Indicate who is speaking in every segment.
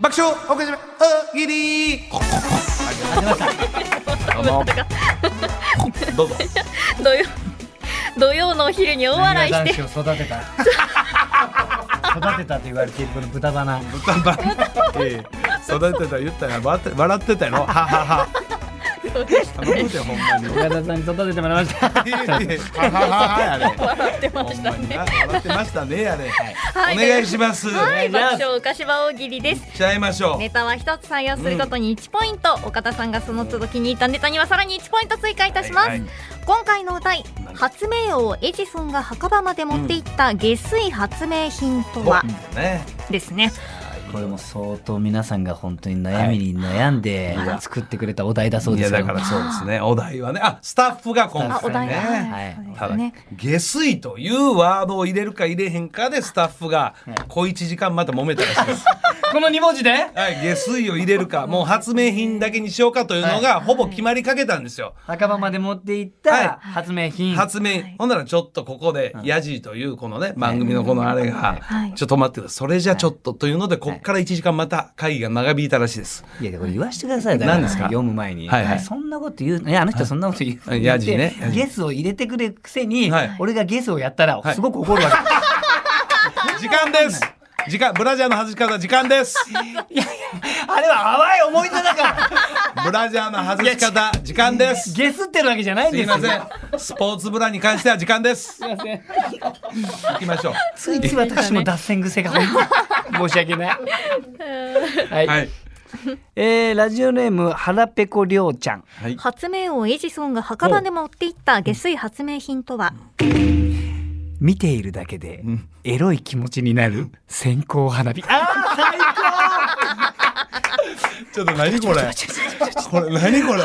Speaker 1: 爆笑おかじめ大喜利
Speaker 2: どうぞ。
Speaker 3: 土曜土曜のお昼に大笑いして
Speaker 4: 男子を育てた育てたと言われているこの豚鼻
Speaker 2: 豚バラ。 ええ育てた言ったやん笑って笑っ てたやろ。ははは。頼むでほんまに。
Speaker 4: 岡田さんに育ててもらいました
Speaker 2: ははは あれ。
Speaker 3: 笑ってま
Speaker 2: ほ
Speaker 3: し
Speaker 2: ん
Speaker 3: た
Speaker 2: まに
Speaker 3: ね
Speaker 2: な笑ってましたねあれ。
Speaker 3: はい
Speaker 2: お願いします。
Speaker 3: はい
Speaker 2: お願
Speaker 3: 爆
Speaker 2: いしま
Speaker 3: 笑かしば大喜利です
Speaker 2: すしちゃいましょう。
Speaker 3: ネタは一つ採用することに1ポイント、岡田さんがその都度気に入ったネタにはさらに1ポイント追加いたします、
Speaker 2: はいはい
Speaker 3: 今回のお題発明王エジソンが墓場まで持っていった下水発明品とは、
Speaker 2: ね。
Speaker 3: ですね
Speaker 4: これも相当皆さんが本当に悩みに悩んで作ってくれたお題だそう
Speaker 2: い
Speaker 4: で
Speaker 2: や
Speaker 4: すよ
Speaker 2: だからそうですね。お題はね、あスタッフが今
Speaker 3: あお
Speaker 2: 回
Speaker 3: 題が、
Speaker 2: ね。
Speaker 4: はい
Speaker 3: そうです
Speaker 2: ただ
Speaker 3: ね
Speaker 2: 下水というワードを入れるか入れへんかでスタッフが小1時間また揉めたらしいです。
Speaker 4: この2文字で
Speaker 2: はい、下水を入れるか、もう発明品だけにしようかというのが、ほぼ決まりかけたんですよ。
Speaker 4: 墓場まで持っていっ
Speaker 2: はい
Speaker 4: た発明品、
Speaker 2: 発明、ほんならちょっとここで、ヤジというこのね、番組のこのあれが、ちょっと待ってください。それじゃちょっとというので、こっから1時間また会議が長引いたらしいです。
Speaker 4: いやこれ言わしてくださいだ
Speaker 2: 何ですか
Speaker 4: 読む前に、
Speaker 2: はいはい
Speaker 4: そんなこと言ういやあの人そんなこと言う、
Speaker 2: はいヤジね
Speaker 4: 言ってゲスを入れてくれるくせに、
Speaker 2: はい
Speaker 4: 俺がゲスをやったら
Speaker 2: はい
Speaker 4: すごく怒るわけ、
Speaker 2: 時間です時間、ブラジャーの外し方、時間です
Speaker 4: あれは淡い思い出だから
Speaker 2: ブラジャーの外し方、時間です
Speaker 4: ゲスってるわけじゃないん
Speaker 2: す
Speaker 4: で
Speaker 2: い
Speaker 4: すよ
Speaker 2: ません。スポーツブラに関しては時間です
Speaker 4: すいません
Speaker 2: 行きましょう。
Speaker 4: ついつい私も脱線癖が本当 に申し訳ないはい、
Speaker 2: はい。
Speaker 4: えーラジオネーム腹ペコりょうちゃん
Speaker 2: はい。
Speaker 3: 発明王エジソンが墓場で持っていった下水発明品とは、
Speaker 4: 見ているだけで
Speaker 2: ん
Speaker 4: エロい気持ちになる線香花火あ
Speaker 2: ちょっと何これこれ何これ
Speaker 4: ー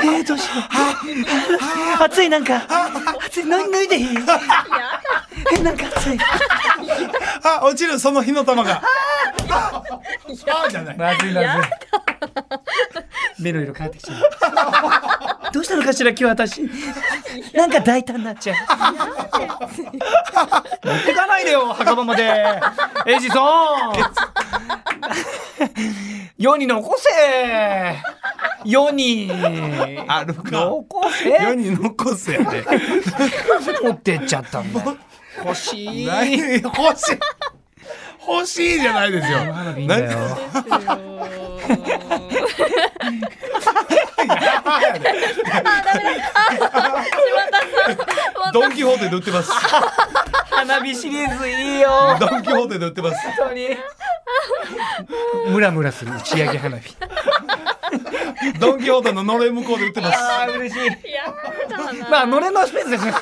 Speaker 4: えー、どうしようあー暑いなんか暑い脱脱いでいいえなんか暑い
Speaker 2: あ、落ちる、その火の玉が。ああ、じゃない。
Speaker 4: まずいまずい。目の色変わってきちゃう。どうしたのかしら今日私。なんか大胆になっちゃう。持ってかないでよ墓場まで。エジソン。世に残せ。世に。
Speaker 2: あるか。
Speaker 4: 残
Speaker 2: 世
Speaker 4: せ。
Speaker 2: に残せやで。
Speaker 4: 持ってっちゃったんだよ。欲しい。
Speaker 2: ない欲しい。欲しいじゃないですよ。
Speaker 4: 花火いいんだよ。
Speaker 2: ドンキホーテで売ってます。
Speaker 4: 花火シリーズいいよ。
Speaker 2: ドンキホーテで売ってます。
Speaker 4: 本当に。ムラムラする打ち上げ花火。
Speaker 2: ドンキホーテののれん向こうで売ってます。
Speaker 4: ああ嬉しい。
Speaker 3: いやだな
Speaker 4: まあ、のれんのスペースですね。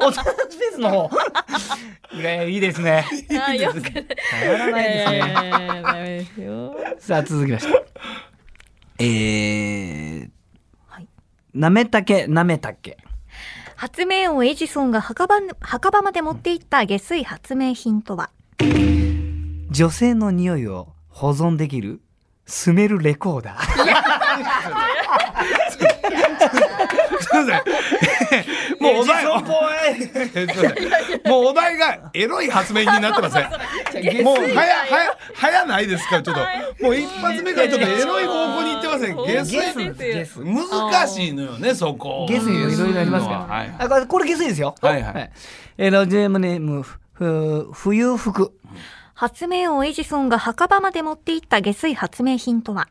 Speaker 4: お大人のスペースの方。いやいいですね。
Speaker 3: あよくないで
Speaker 4: たまらないですね。
Speaker 3: ダメですよ
Speaker 4: さあ、続きまして。えー。
Speaker 3: はい
Speaker 4: なめたけ、なめたけ。
Speaker 3: 発明王エジソンが墓場墓場まで持っていった下水発明品とは
Speaker 4: 女性の匂いを保存できる。スメルレコーダー。
Speaker 2: すいません。もうお題、
Speaker 4: エジソンボーイ
Speaker 2: えすいませんもうお題がエロい発明になってません。もう早早早ないですからちょっともう一発目からちょっとエロい方向に行ってません。ゲ
Speaker 4: ゲス
Speaker 2: ス
Speaker 4: ゲス。
Speaker 2: 難しいのよねそこ。
Speaker 4: ゲスにもいろいろありますから。
Speaker 2: はいはい
Speaker 4: あこれこれゲスですよ。
Speaker 2: はいはい
Speaker 4: えーラジオネーム、ふふ冬服。
Speaker 3: 発明王エジソンが墓場まで持っていった下水発明品とは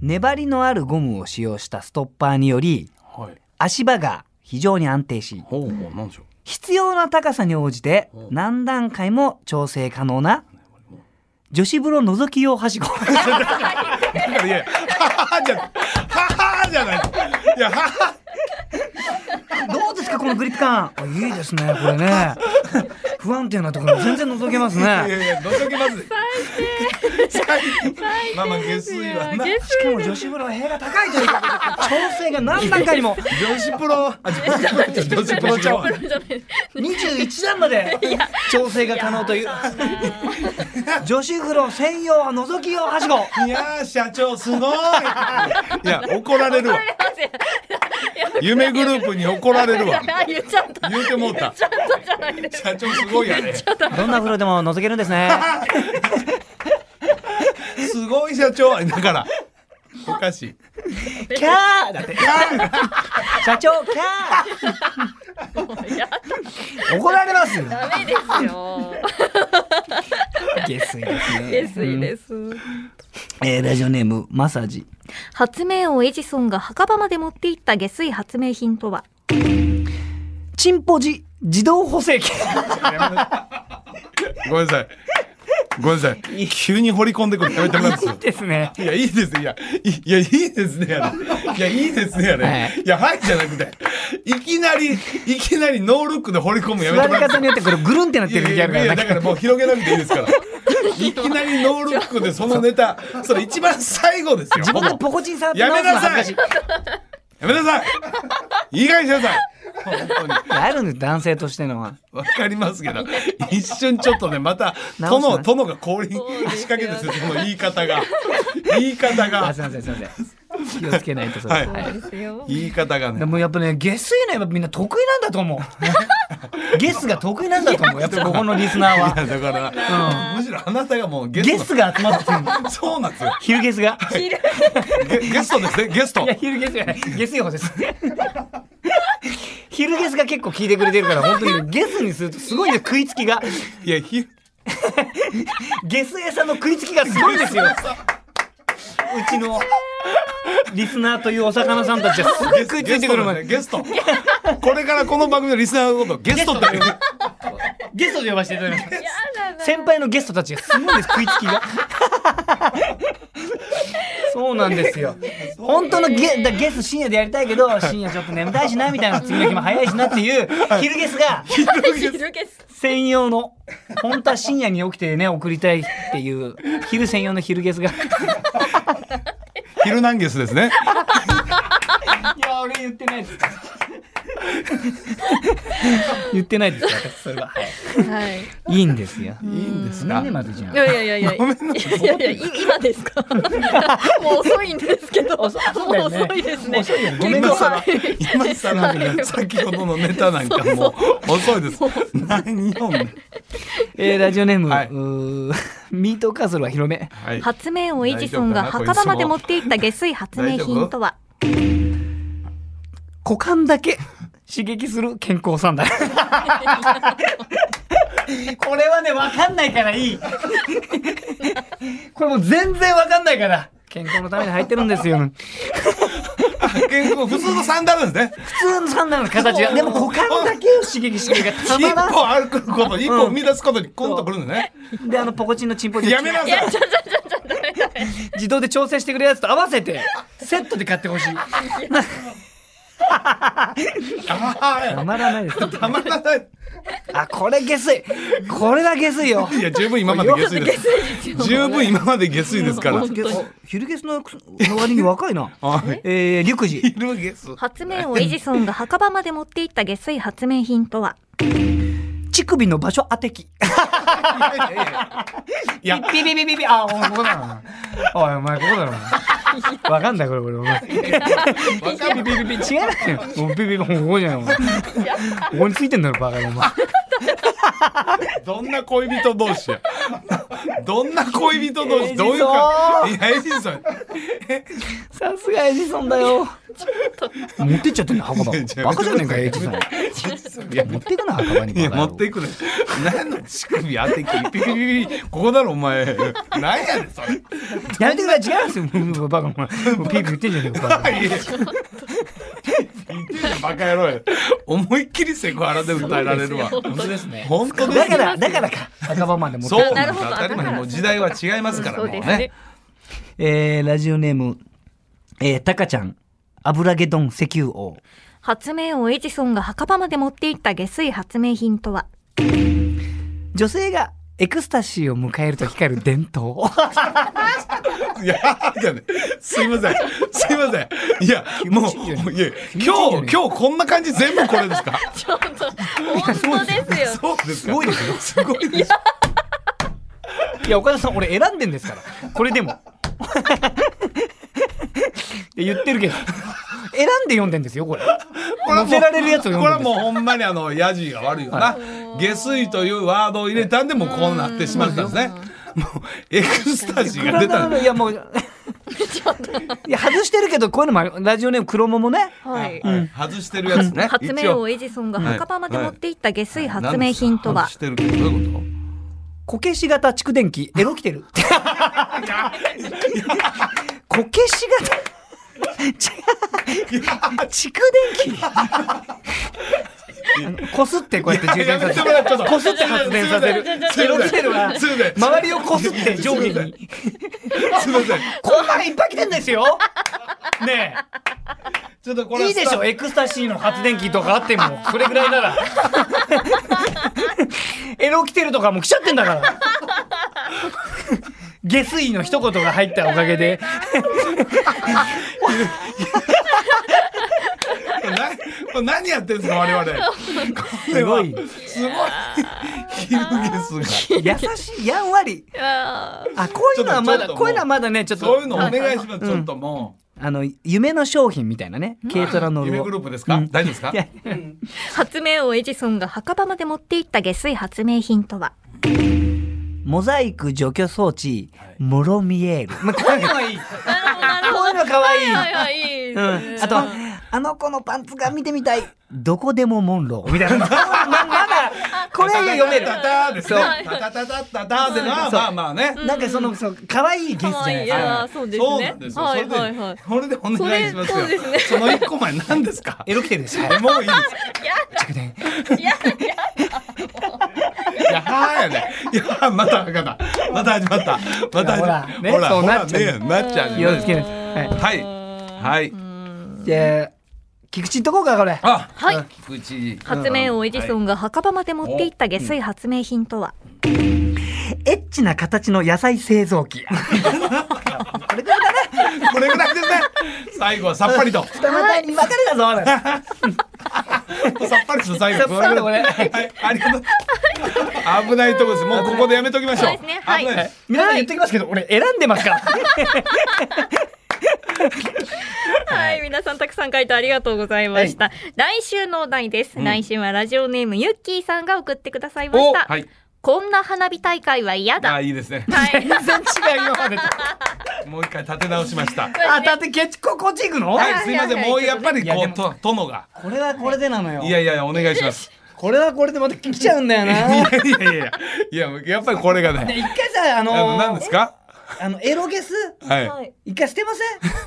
Speaker 4: 粘りのあるゴムを使用したストッパーにより
Speaker 2: はい。
Speaker 4: 足場が非常に安定し
Speaker 2: ほうほうなんでしょう。
Speaker 4: 必要な高さに応じて
Speaker 2: うん
Speaker 4: 何段階も調整可能な女子風呂覗き用はしご
Speaker 2: だからいや、ははじゃない、ははじゃない。いや、はは、
Speaker 4: どうですかこのグリップ感あいいですねこれね 不安定なところ全然覗けます
Speaker 2: い
Speaker 4: ね
Speaker 2: やいや、どんだけまずい。最低。まあまあ、下水はな。女
Speaker 4: しかも女子風呂は塀が高いということで調整が何段階にも
Speaker 2: 子プロ、あ、女子女子プロち ゃうわ。
Speaker 4: 21段まで調整が可能という女子風呂専用覗き用はしご
Speaker 2: いやー、社長すごい。いや、怒られるわ。夢グループに怒られるわ
Speaker 5: あ言っちゃった。
Speaker 2: 言うてもうた
Speaker 5: ちゃったじゃないですか。
Speaker 2: 社長すごいやね
Speaker 4: どんな風呂でも覗けるんで すね。
Speaker 2: すごい社長だからおかしい
Speaker 4: キャーだって。キャー社長キャ
Speaker 5: や
Speaker 4: ー。怒られますよ。
Speaker 5: ダメですよ。
Speaker 4: 下水ですね。
Speaker 5: 下水です。
Speaker 4: えーラジオネームマッサージ。
Speaker 3: 発明王エジソンが墓場まで持っていった下水発明品とは
Speaker 4: チンポジ自動補正器。
Speaker 2: ごめんなさいごめんなさい急に掘り込んでくるのやめてもらっていいです
Speaker 4: ですね。
Speaker 2: いやいいですいやいいやいいですねやねいやいいですねや
Speaker 4: は
Speaker 2: ね
Speaker 4: い
Speaker 2: いやはいじゃなくていきなりいきなりノールックで掘り込むのやめ
Speaker 4: 座
Speaker 2: て
Speaker 4: り
Speaker 2: もらってい
Speaker 4: 方によってこれぐるんってなっ
Speaker 2: い
Speaker 4: てる
Speaker 2: やい
Speaker 4: 時あるか
Speaker 2: やい
Speaker 4: ら
Speaker 2: やだ
Speaker 4: なん
Speaker 2: か
Speaker 4: から
Speaker 2: もう広げなくていいです からいきなりノールックでそのネタそれ一番最後ですよ
Speaker 4: 自分
Speaker 2: ほ
Speaker 4: で
Speaker 2: ぼ
Speaker 4: ポコチン触って
Speaker 2: やめ
Speaker 4: 直すの
Speaker 2: な
Speaker 4: 恥
Speaker 2: さ
Speaker 4: ず
Speaker 2: い
Speaker 4: かし
Speaker 2: やめなさいいい加減にしなさい本当に
Speaker 4: い。あるんです男性としてのは。
Speaker 2: わかりますけど、一瞬ちょっとね、また、
Speaker 4: 直し
Speaker 2: 殿、
Speaker 4: て
Speaker 2: 殿が降臨仕掛けですよ、その言い方が。言い方
Speaker 4: あ
Speaker 2: が
Speaker 4: すい。ませんすいません。気をつけないとそれ。
Speaker 2: はい
Speaker 4: はい
Speaker 5: ですよ。
Speaker 2: 言い方が
Speaker 4: で
Speaker 2: ね。
Speaker 4: もやっぱね下水のやっぱみんな得意なんだと思 う。ゲスが得意なんだと思う。やっぱここのリスナー
Speaker 2: い
Speaker 4: は。
Speaker 2: や、だから、むしろあなたがもうゲ
Speaker 4: ゲ
Speaker 2: ス
Speaker 4: ス
Speaker 2: ト。
Speaker 4: が集まってくるの。
Speaker 2: そうなんですよ。
Speaker 4: 昼ゲスが。
Speaker 2: ゲゲストですね、ゲスト
Speaker 4: いや。昼ゲスじゃない。ゲス予報です。昼ゲスが結構聞いてくれてるから本当にゲスにするとすごいね食いつきが
Speaker 2: いや、ひ、う
Speaker 4: ゲス餌の食いつきがすごいですよ。うちのリスナーというお魚さんたちはすごい食いついてくるまで
Speaker 2: ゲストですね。ゲストこれからこの番組のリスナーのことをゲストって呼ぶ。
Speaker 4: ゲストで呼ばせていただきます。
Speaker 5: やだな。
Speaker 4: 先輩のゲストたちがすごいです食いつきが。 そうなんですよ。本当のゲだゲス深夜でやりたいけど深夜ちょっと眠たいしなみたいな次の日も早いしなっていう昼ゲスが
Speaker 5: 昼ゲス。
Speaker 4: 専用の本当は深夜に起きてね送りたいっていう昼専用の昼ゲスが。い
Speaker 2: ヒルナンゲスですね。
Speaker 4: や俺言ってないです。 言ってないですよ私それは。はい
Speaker 5: はい。
Speaker 4: いいんですよ。いいんです
Speaker 2: か
Speaker 4: ねまずじゃん
Speaker 5: い。やいやいやいや。
Speaker 2: ごめんなさ
Speaker 5: いやいやい今ですか。 もう遅いんですけど。もう遅
Speaker 4: うだよね
Speaker 5: いですね。
Speaker 4: 遅いよ ねごめ
Speaker 2: 今
Speaker 4: んな
Speaker 5: 結構
Speaker 4: さ
Speaker 2: さ
Speaker 5: は
Speaker 2: ら
Speaker 5: い。、
Speaker 2: 今さら、先ほどのネタなんかもう遅いです。何をね。
Speaker 4: えーラジオネーム、
Speaker 2: はいう
Speaker 4: ー ミートカーソルは広め。
Speaker 2: はい。
Speaker 3: 発明王エジソンが墓場まで持っていった下水発明品とは
Speaker 4: 股間だけ刺激する健康サ ンダル。これはね、わかんないからいい。これもう全然わかんないから。健康のために入ってるんですよ。
Speaker 2: 健康普通のサンダルですね。
Speaker 4: 普通のサンダルの形が。でも股間だけを刺激してるからた
Speaker 2: 一
Speaker 4: まら
Speaker 2: 歩歩くこと、一歩踏み出すことにコンとくるんだね。
Speaker 4: ん。で、あの、ポコチンのチンポジ
Speaker 2: やめなさい。
Speaker 4: 自動で調整してくれるやつと合わせて、セットで買ってほ しい。た
Speaker 2: あ
Speaker 4: まらないです。
Speaker 2: ーたまらない。
Speaker 4: あ、これ下水。これは下水よ。
Speaker 2: いや、十分今まで下水です。十分今まで下水ですから。
Speaker 4: 昼ゲスの割に若いな。
Speaker 2: あ
Speaker 4: えー、陸自。
Speaker 2: いるゲス。
Speaker 3: 発明王エジソンが墓場まで持っていった下水発明品とは
Speaker 4: 乳首の場所当て器。
Speaker 2: いや、
Speaker 4: ビビビビビ、あ、お前ここだろお前。おい、お前ここだろお前。わかんない、これ、これ、お前。ビビビビ、違うよ。もうビビビ、ここじゃない、お前。ここについてんだろ、バカが、お前。
Speaker 2: どんな恋人同士や。どんな恋人同士、どういう
Speaker 4: エ
Speaker 2: か。いや、エジソン。
Speaker 4: さすがエジソンだよ。持ってっちゃってんの、墓場。バカじゃねえか、エジソン。
Speaker 2: いや、
Speaker 4: 持ってくな、墓場に。
Speaker 2: いや持っていくね。何の乳首当てき、ピピピピピ、ここだろ、お前。何やねん、それ。
Speaker 4: やめてください、違うんですよ。バカ、お前。もうピーピー言ってんじゃねえか、バカ。
Speaker 2: いやいや言ってんじゃんバカ野郎や思いっきりセクハラで歌えられるわ
Speaker 4: 本当ですね。
Speaker 2: 本 当ですよ
Speaker 4: だから、だからか。墓場まで持って
Speaker 2: そう
Speaker 4: く
Speaker 2: 当
Speaker 5: なるほど
Speaker 2: たり前もう時代は違いますから
Speaker 5: そ
Speaker 2: も
Speaker 5: う
Speaker 2: う
Speaker 5: ですね
Speaker 2: ね。
Speaker 4: えー、ラジオネーム、えー、タカちゃん、油毛丼石油王。
Speaker 3: 発明王エジソンが墓場まで持っていった下水発明品とは
Speaker 4: 女性がエクスタシーを迎えると光る伝 統。
Speaker 2: いやじゃねすいませんすいませんいやも
Speaker 4: 気持ちいいよね
Speaker 2: ういや
Speaker 4: 持ちいい
Speaker 2: 今
Speaker 4: よね
Speaker 2: 日今日こんな感じ全部これですか
Speaker 5: ちょっと本当ですよ。
Speaker 2: そうですごいですよすごいです
Speaker 4: いや、岡田さん、俺選んでんですから。これでも。って言ってるけど。選んで読んでんですよこれ載せられるやつを
Speaker 2: これ
Speaker 4: 読
Speaker 2: は
Speaker 4: んで
Speaker 2: もう
Speaker 4: んです
Speaker 2: ほんまにあのヤジが悪いよな、下水というワードを入れたんでもうこうなってしまったんですねもうエクスタシーが出たんで
Speaker 4: いやもういや外してるけどこういうのもあるラジオネーム黒桃ね
Speaker 5: はい。
Speaker 2: はい外してるやつね
Speaker 3: 発明王エジソンが墓場まで持っていった下水発明品とは
Speaker 2: 外してるけどどういうこ
Speaker 4: こけし型蓄電器エロきてるこけし型ち蓄電器あのこすってこうやって
Speaker 2: と
Speaker 4: 充電させるこすって発電させる
Speaker 2: すいません
Speaker 4: エロきてるわ
Speaker 2: すいません
Speaker 4: 周りをこすって上下に
Speaker 2: すいません
Speaker 4: こんなのいっぱい来てんですよね
Speaker 2: ちょっとこれ
Speaker 4: え
Speaker 2: はい
Speaker 4: いでしょエクスタシーの発電機とかあ ってもそれぐらいならエロ来てるとかも来ちゃってんだから下水の一言が入ったおかげで
Speaker 2: これ何これ何やってんですか我々これ
Speaker 4: す
Speaker 2: は
Speaker 4: ごい
Speaker 2: すごいヒルゲスが
Speaker 4: 優しいやんわり
Speaker 5: あ
Speaker 4: あこういうのはま
Speaker 2: ちょっ
Speaker 4: だ
Speaker 2: ともう
Speaker 4: こういうのはまだねちょっと
Speaker 2: そういうのお願
Speaker 4: あ
Speaker 2: いしますちょっとも
Speaker 4: あの夢の商品みたいなね軽トラ
Speaker 2: う
Speaker 4: の
Speaker 2: 夢グループですか
Speaker 4: うん
Speaker 2: 大丈夫ですか
Speaker 4: いや
Speaker 3: 発明王エジソンが墓場まで持っていった下水発明品とは
Speaker 4: モザイク除去装置モロミエール、まあ、こういうのはいい こ
Speaker 5: あ。なるほ
Speaker 4: ういうのかわいい
Speaker 5: ど。はいはいいいです
Speaker 4: う
Speaker 5: ね。
Speaker 4: ん、あとあの子のパンツが見てみたいどこでもモンローみたいな ままだこれは読める
Speaker 2: タタタですね
Speaker 4: そう
Speaker 2: タタタタタタでな
Speaker 4: そう
Speaker 2: まあまあね
Speaker 4: なんかそのそう可愛いゲスじゃ
Speaker 5: 可
Speaker 4: ない
Speaker 5: 愛い。い
Speaker 4: ですか
Speaker 5: やそうです
Speaker 2: そうな
Speaker 5: ね
Speaker 2: んで。すよ
Speaker 5: はい
Speaker 2: それ
Speaker 5: はい
Speaker 2: で
Speaker 5: はい。
Speaker 2: それでお願いしますよ
Speaker 5: それそうです
Speaker 2: その一個前何ですか
Speaker 4: エロきてるでしょ
Speaker 2: えもういいです
Speaker 4: 蓄電
Speaker 2: いやはーやね。いやまたまたまた始まった。また始まった。
Speaker 4: ほらね
Speaker 2: ほら
Speaker 4: そう
Speaker 2: ほら
Speaker 4: なっちゃ
Speaker 2: ね
Speaker 4: う
Speaker 2: なっちゃうね
Speaker 4: 気をつけないとは
Speaker 2: はいはい。
Speaker 4: いじゃあ菊池いっとこうかこれ
Speaker 2: あ
Speaker 5: はい。
Speaker 2: 菊池
Speaker 3: 発明王エジソンが墓場まで持っていった下水発明品とは
Speaker 4: エッチな形の野菜製造 機これからだね
Speaker 2: これぐらいですね。最後はさっぱりと。
Speaker 4: 二股に分かれだぞ
Speaker 2: さっぱりと最後
Speaker 4: さっぱりとこれ
Speaker 2: はいありがとう。危ないとこです。もうここでやめときましょ
Speaker 3: そ
Speaker 2: う。
Speaker 3: うですねはい
Speaker 2: 危ないです
Speaker 4: 皆さん言ってきますけど俺選んでます から
Speaker 5: はい、皆さんたくさん回答ありがとうございました。来週のお題です。来週はラジオネームゆっきーさんが送ってくださいまし
Speaker 2: お
Speaker 5: た。
Speaker 2: はい。
Speaker 3: こんな花火大会は嫌だ
Speaker 2: あいいですね。
Speaker 5: はい。
Speaker 4: 全然違う今までと
Speaker 2: もう一回立て直しました。
Speaker 4: あだってケチコこっち行くの
Speaker 2: はいすいません
Speaker 5: はい
Speaker 2: もうやっぱり
Speaker 4: いや
Speaker 2: こ
Speaker 4: で
Speaker 2: う
Speaker 4: も
Speaker 2: と殿が
Speaker 4: これはこれでなのよ
Speaker 2: いやいやいやお願いします。
Speaker 4: これはこれでまた来ちゃうんだよ
Speaker 2: い
Speaker 4: な
Speaker 2: やいやいやいややっぱりこれがね。
Speaker 4: 一回さあの
Speaker 2: あの何ですか。
Speaker 4: あのエロゲス
Speaker 2: はい。
Speaker 4: 一回捨てま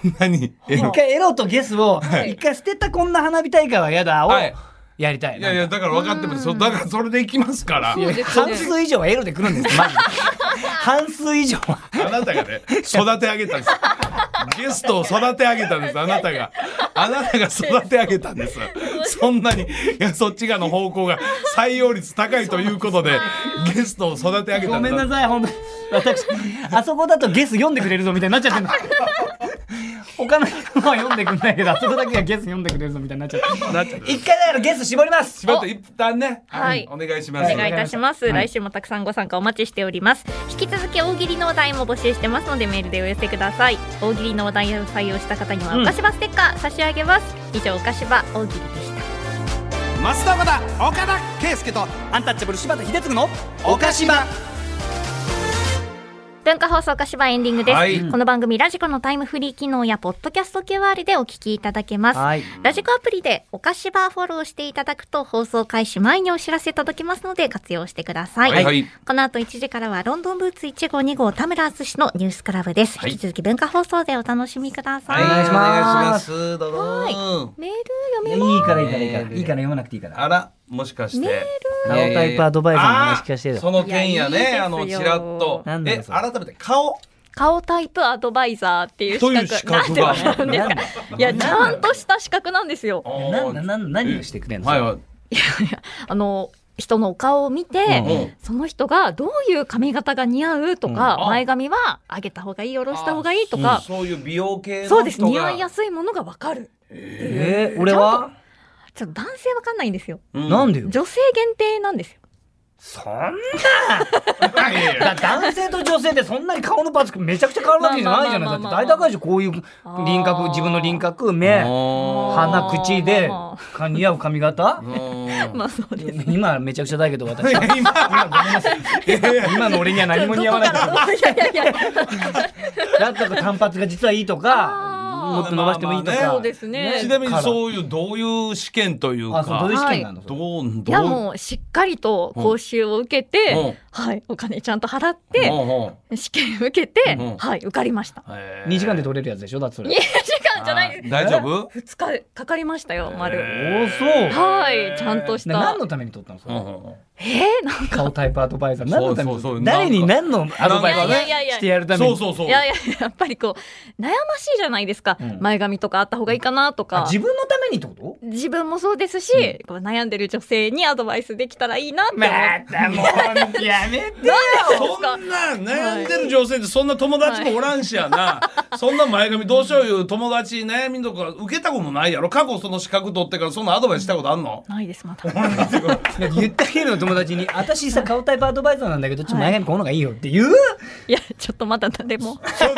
Speaker 4: せん
Speaker 2: 何。え
Speaker 4: 一 回エロとゲスを一回捨てたこんな花火大会は嫌だを
Speaker 2: はい
Speaker 4: やりたい
Speaker 2: いやいやだから分かってます。そだからそれでいきますから。
Speaker 5: うです
Speaker 4: 半数以上はエロで来るんです マジで半数以上は
Speaker 2: あなたがね育て上げたんです。ゲストを育て上げたんですあなたがあなたが育て上げたんですそんなにいやそっち側の方向が採用率高いということでゲストを育て上げた
Speaker 4: ご
Speaker 2: んで
Speaker 4: め
Speaker 2: す
Speaker 4: んなさい本当に私あそこだとゲス読んでくれるぞみたいになっちゃってるの他の人は読んでくんないけどあそこだけはゲス読んでくれるぞみたいになっちゃって
Speaker 2: なっちゃった
Speaker 4: 一回だからゲス絞ります
Speaker 2: 柴田一旦ね
Speaker 5: はい
Speaker 2: お願いし
Speaker 5: お
Speaker 2: ます
Speaker 5: 願いいたします、
Speaker 4: はい
Speaker 5: 来週もたくさんご参加お待ちしております引き続き大喜利のお題も募集してますのでメールでお寄せください大喜利のお題を採用した方には
Speaker 4: うん
Speaker 5: お菓子場ステッカー差し上げます、以上お菓子場大喜利でし
Speaker 1: 増田
Speaker 5: た
Speaker 1: 和田岡田圭介と
Speaker 4: アンタッチャブル柴田秀嗣の岡島
Speaker 5: 文化放送菓子場エンディングです、
Speaker 2: はい
Speaker 5: この番組ラジコのタイムフリー機能やポッドキャスト QR でお聞きいただけます
Speaker 4: はい
Speaker 5: ラジコアプリでお菓子バーフォローしていただくと放送開始前にお知らせ届きますので活用してください。
Speaker 2: はいはい
Speaker 5: この後1時からはロンドンブーツ1号2号田村淳のニュースクラブです。
Speaker 2: はい
Speaker 5: 引き続き文化放送でお楽しみくださ。
Speaker 2: はいいお願いしま
Speaker 4: い
Speaker 2: すどう
Speaker 5: はい
Speaker 2: ぞ
Speaker 5: メール読み
Speaker 4: いやい
Speaker 5: ます。
Speaker 4: いからいいからいいからいいから読まなくていいから
Speaker 2: あらもしかして
Speaker 4: ナオタイプアドバイザーの話聞かせて
Speaker 2: あ
Speaker 4: よ
Speaker 2: ーその件や
Speaker 5: いやいいです
Speaker 2: ね
Speaker 5: よ
Speaker 2: あのちらっと
Speaker 4: なんだろ
Speaker 2: え
Speaker 4: うそれ
Speaker 2: 改めて顔
Speaker 5: 顔タイプアドバイザーっていう
Speaker 2: という
Speaker 5: 資
Speaker 2: 資
Speaker 5: 格
Speaker 2: 格
Speaker 5: な
Speaker 2: が
Speaker 5: んてわかるんですか。いや、ちゃんとした資格なんですよ。
Speaker 4: ななな何をしてくれんの、
Speaker 2: はいはい
Speaker 5: あの人のお顔を見て、
Speaker 4: うん
Speaker 2: うん
Speaker 5: その人がどういう髪型が似合うとか、
Speaker 2: うんあ
Speaker 5: 前髪は上げた方がいい下ろした方がいいとか
Speaker 2: そうそういう美容系の人が
Speaker 5: そうです似合いやすいものがわかる
Speaker 4: えー、俺は
Speaker 5: ちょっと男性わかんないんですよ
Speaker 2: うん
Speaker 4: なんでよ
Speaker 5: 女性限定なんですよ
Speaker 4: そん
Speaker 2: いやいや
Speaker 4: な男性と女性ってそんなに顔のパーツめちゃくちゃ変わるわけじゃないじゃないだって大高いでしょこういう輪
Speaker 5: あー
Speaker 4: 郭自分の輪郭目 鼻口で
Speaker 5: ま
Speaker 4: か似合う髪型
Speaker 5: あまあそうですね。
Speaker 4: 今めちゃくちゃだけど私
Speaker 2: 今今ごめんなさい
Speaker 4: 今の俺には 何も似合わない
Speaker 5: どこからいやいや いや
Speaker 4: だったら単発が実はいいとか
Speaker 5: あー
Speaker 4: もっと伸ばしてもいい
Speaker 2: ま
Speaker 4: と
Speaker 2: あまあ
Speaker 4: か
Speaker 2: ね
Speaker 5: そうですね
Speaker 2: ちなみに
Speaker 4: う
Speaker 2: そういうどういう試験という
Speaker 4: あそうど
Speaker 2: か
Speaker 4: ういう試験なのそれ
Speaker 2: どう
Speaker 5: い
Speaker 2: ど
Speaker 5: や
Speaker 2: う
Speaker 5: もうしっかりと講習を受け
Speaker 2: う
Speaker 5: て
Speaker 2: ん、
Speaker 5: はい、お金ちゃんと払っ
Speaker 2: う
Speaker 5: て、
Speaker 2: んうん
Speaker 5: 試験受けて
Speaker 2: うん、
Speaker 5: はい、受かりました。
Speaker 2: へー
Speaker 4: 2時間で取れるやつでしょだってそ
Speaker 5: 2
Speaker 4: れ
Speaker 5: 時間じゃないです。
Speaker 2: 大丈夫
Speaker 5: 2日かかりましたよ、丸。
Speaker 2: へー
Speaker 4: おーそう
Speaker 5: はい、ちゃんとし
Speaker 4: な何
Speaker 5: た。
Speaker 4: のために取ったのそ
Speaker 2: うんう
Speaker 4: れ
Speaker 2: んうん
Speaker 5: えー、 なん
Speaker 4: 顔タイプアドバイザー何のために
Speaker 2: そうそうそ
Speaker 4: 取っ
Speaker 2: う
Speaker 4: た誰に何のアドバイ
Speaker 5: か、
Speaker 4: ザ
Speaker 5: いやいや
Speaker 4: ー
Speaker 5: いや
Speaker 4: し
Speaker 5: い
Speaker 4: て
Speaker 5: や。
Speaker 4: やるため
Speaker 2: そ
Speaker 4: に
Speaker 2: うそうそう
Speaker 5: いやいや、やっぱりこう、悩ましいじゃないですか。
Speaker 4: うん
Speaker 5: 前髪とかあった方がいいかなと
Speaker 4: あ
Speaker 5: か。
Speaker 4: 自分のためにってこと
Speaker 5: 自分もそうですし、こう悩んでる女性にアドバイスできたらいいなって思って。
Speaker 4: たもうやめて
Speaker 2: そんな悩んでる女性ってそんな友達もおらんしやな、そんな前髪どうしよういう友達悩みとか受けたことないやろ過去その資格取ってからそんなアドバイスしたことあんの
Speaker 5: ないです、また。
Speaker 4: 言ってあげるの友達に「私さ顔タイプアドバイザーなんだけどちょっと前髪こうのがいいよ」って言う
Speaker 5: いや、ちょっとまだ誰も。
Speaker 2: そう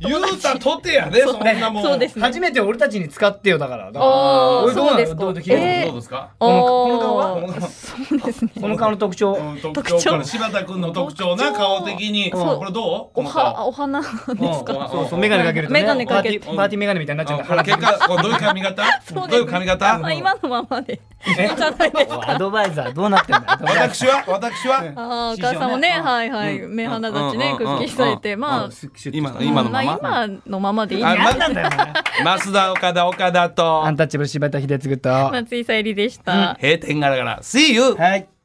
Speaker 2: 言うたとてやでそんなもん
Speaker 5: そうですね。
Speaker 4: 初めて俺たちに使ってよだからだから
Speaker 5: あ
Speaker 4: 俺
Speaker 5: あ、そ
Speaker 4: どう
Speaker 5: う
Speaker 4: なの
Speaker 5: ですか。
Speaker 4: どうできる
Speaker 5: え
Speaker 2: どう
Speaker 5: ー
Speaker 2: ですか、
Speaker 5: あ
Speaker 4: この顔はこの
Speaker 5: ー
Speaker 4: 顔
Speaker 5: そうですね。
Speaker 4: この顔の特徴
Speaker 2: うん特
Speaker 5: 特
Speaker 2: 徴
Speaker 5: 徴
Speaker 2: この柴田君の特徴な
Speaker 5: 特徴
Speaker 2: 顔的に
Speaker 5: そう
Speaker 2: これどう
Speaker 5: お
Speaker 2: この顔
Speaker 5: は、お花なんですか。
Speaker 4: そうそう眼鏡かけるとね
Speaker 5: 眼鏡かけ
Speaker 4: パーティーパーティー眼鏡みたいになっちゃう
Speaker 2: あ
Speaker 4: か
Speaker 2: これ
Speaker 4: ら
Speaker 2: 結果これどういう髪型
Speaker 5: そうです
Speaker 2: どういう髪
Speaker 5: ま
Speaker 2: 型
Speaker 5: あ、今のままで。
Speaker 4: え
Speaker 5: じゃないですか。
Speaker 4: アドバイザーどうなってんだアドバイザー
Speaker 2: 私は私は
Speaker 5: ああ、お
Speaker 4: 師匠ね
Speaker 5: 母さんもね、
Speaker 4: うん
Speaker 5: はいはい、目鼻立ち
Speaker 2: うん
Speaker 5: ね、
Speaker 2: うんうん
Speaker 5: くっきりされて、まあ。
Speaker 4: スッシュッと
Speaker 2: 今の今のまま、
Speaker 5: まあ今のままでいい
Speaker 2: あ
Speaker 5: ね。
Speaker 2: ま
Speaker 4: 何なんだよ お前
Speaker 2: 増田岡田岡田と
Speaker 4: アンタッチャブル柴田秀嗣とは
Speaker 5: 松井さゆりでした。
Speaker 2: 閉店ガラガラ See you!
Speaker 4: い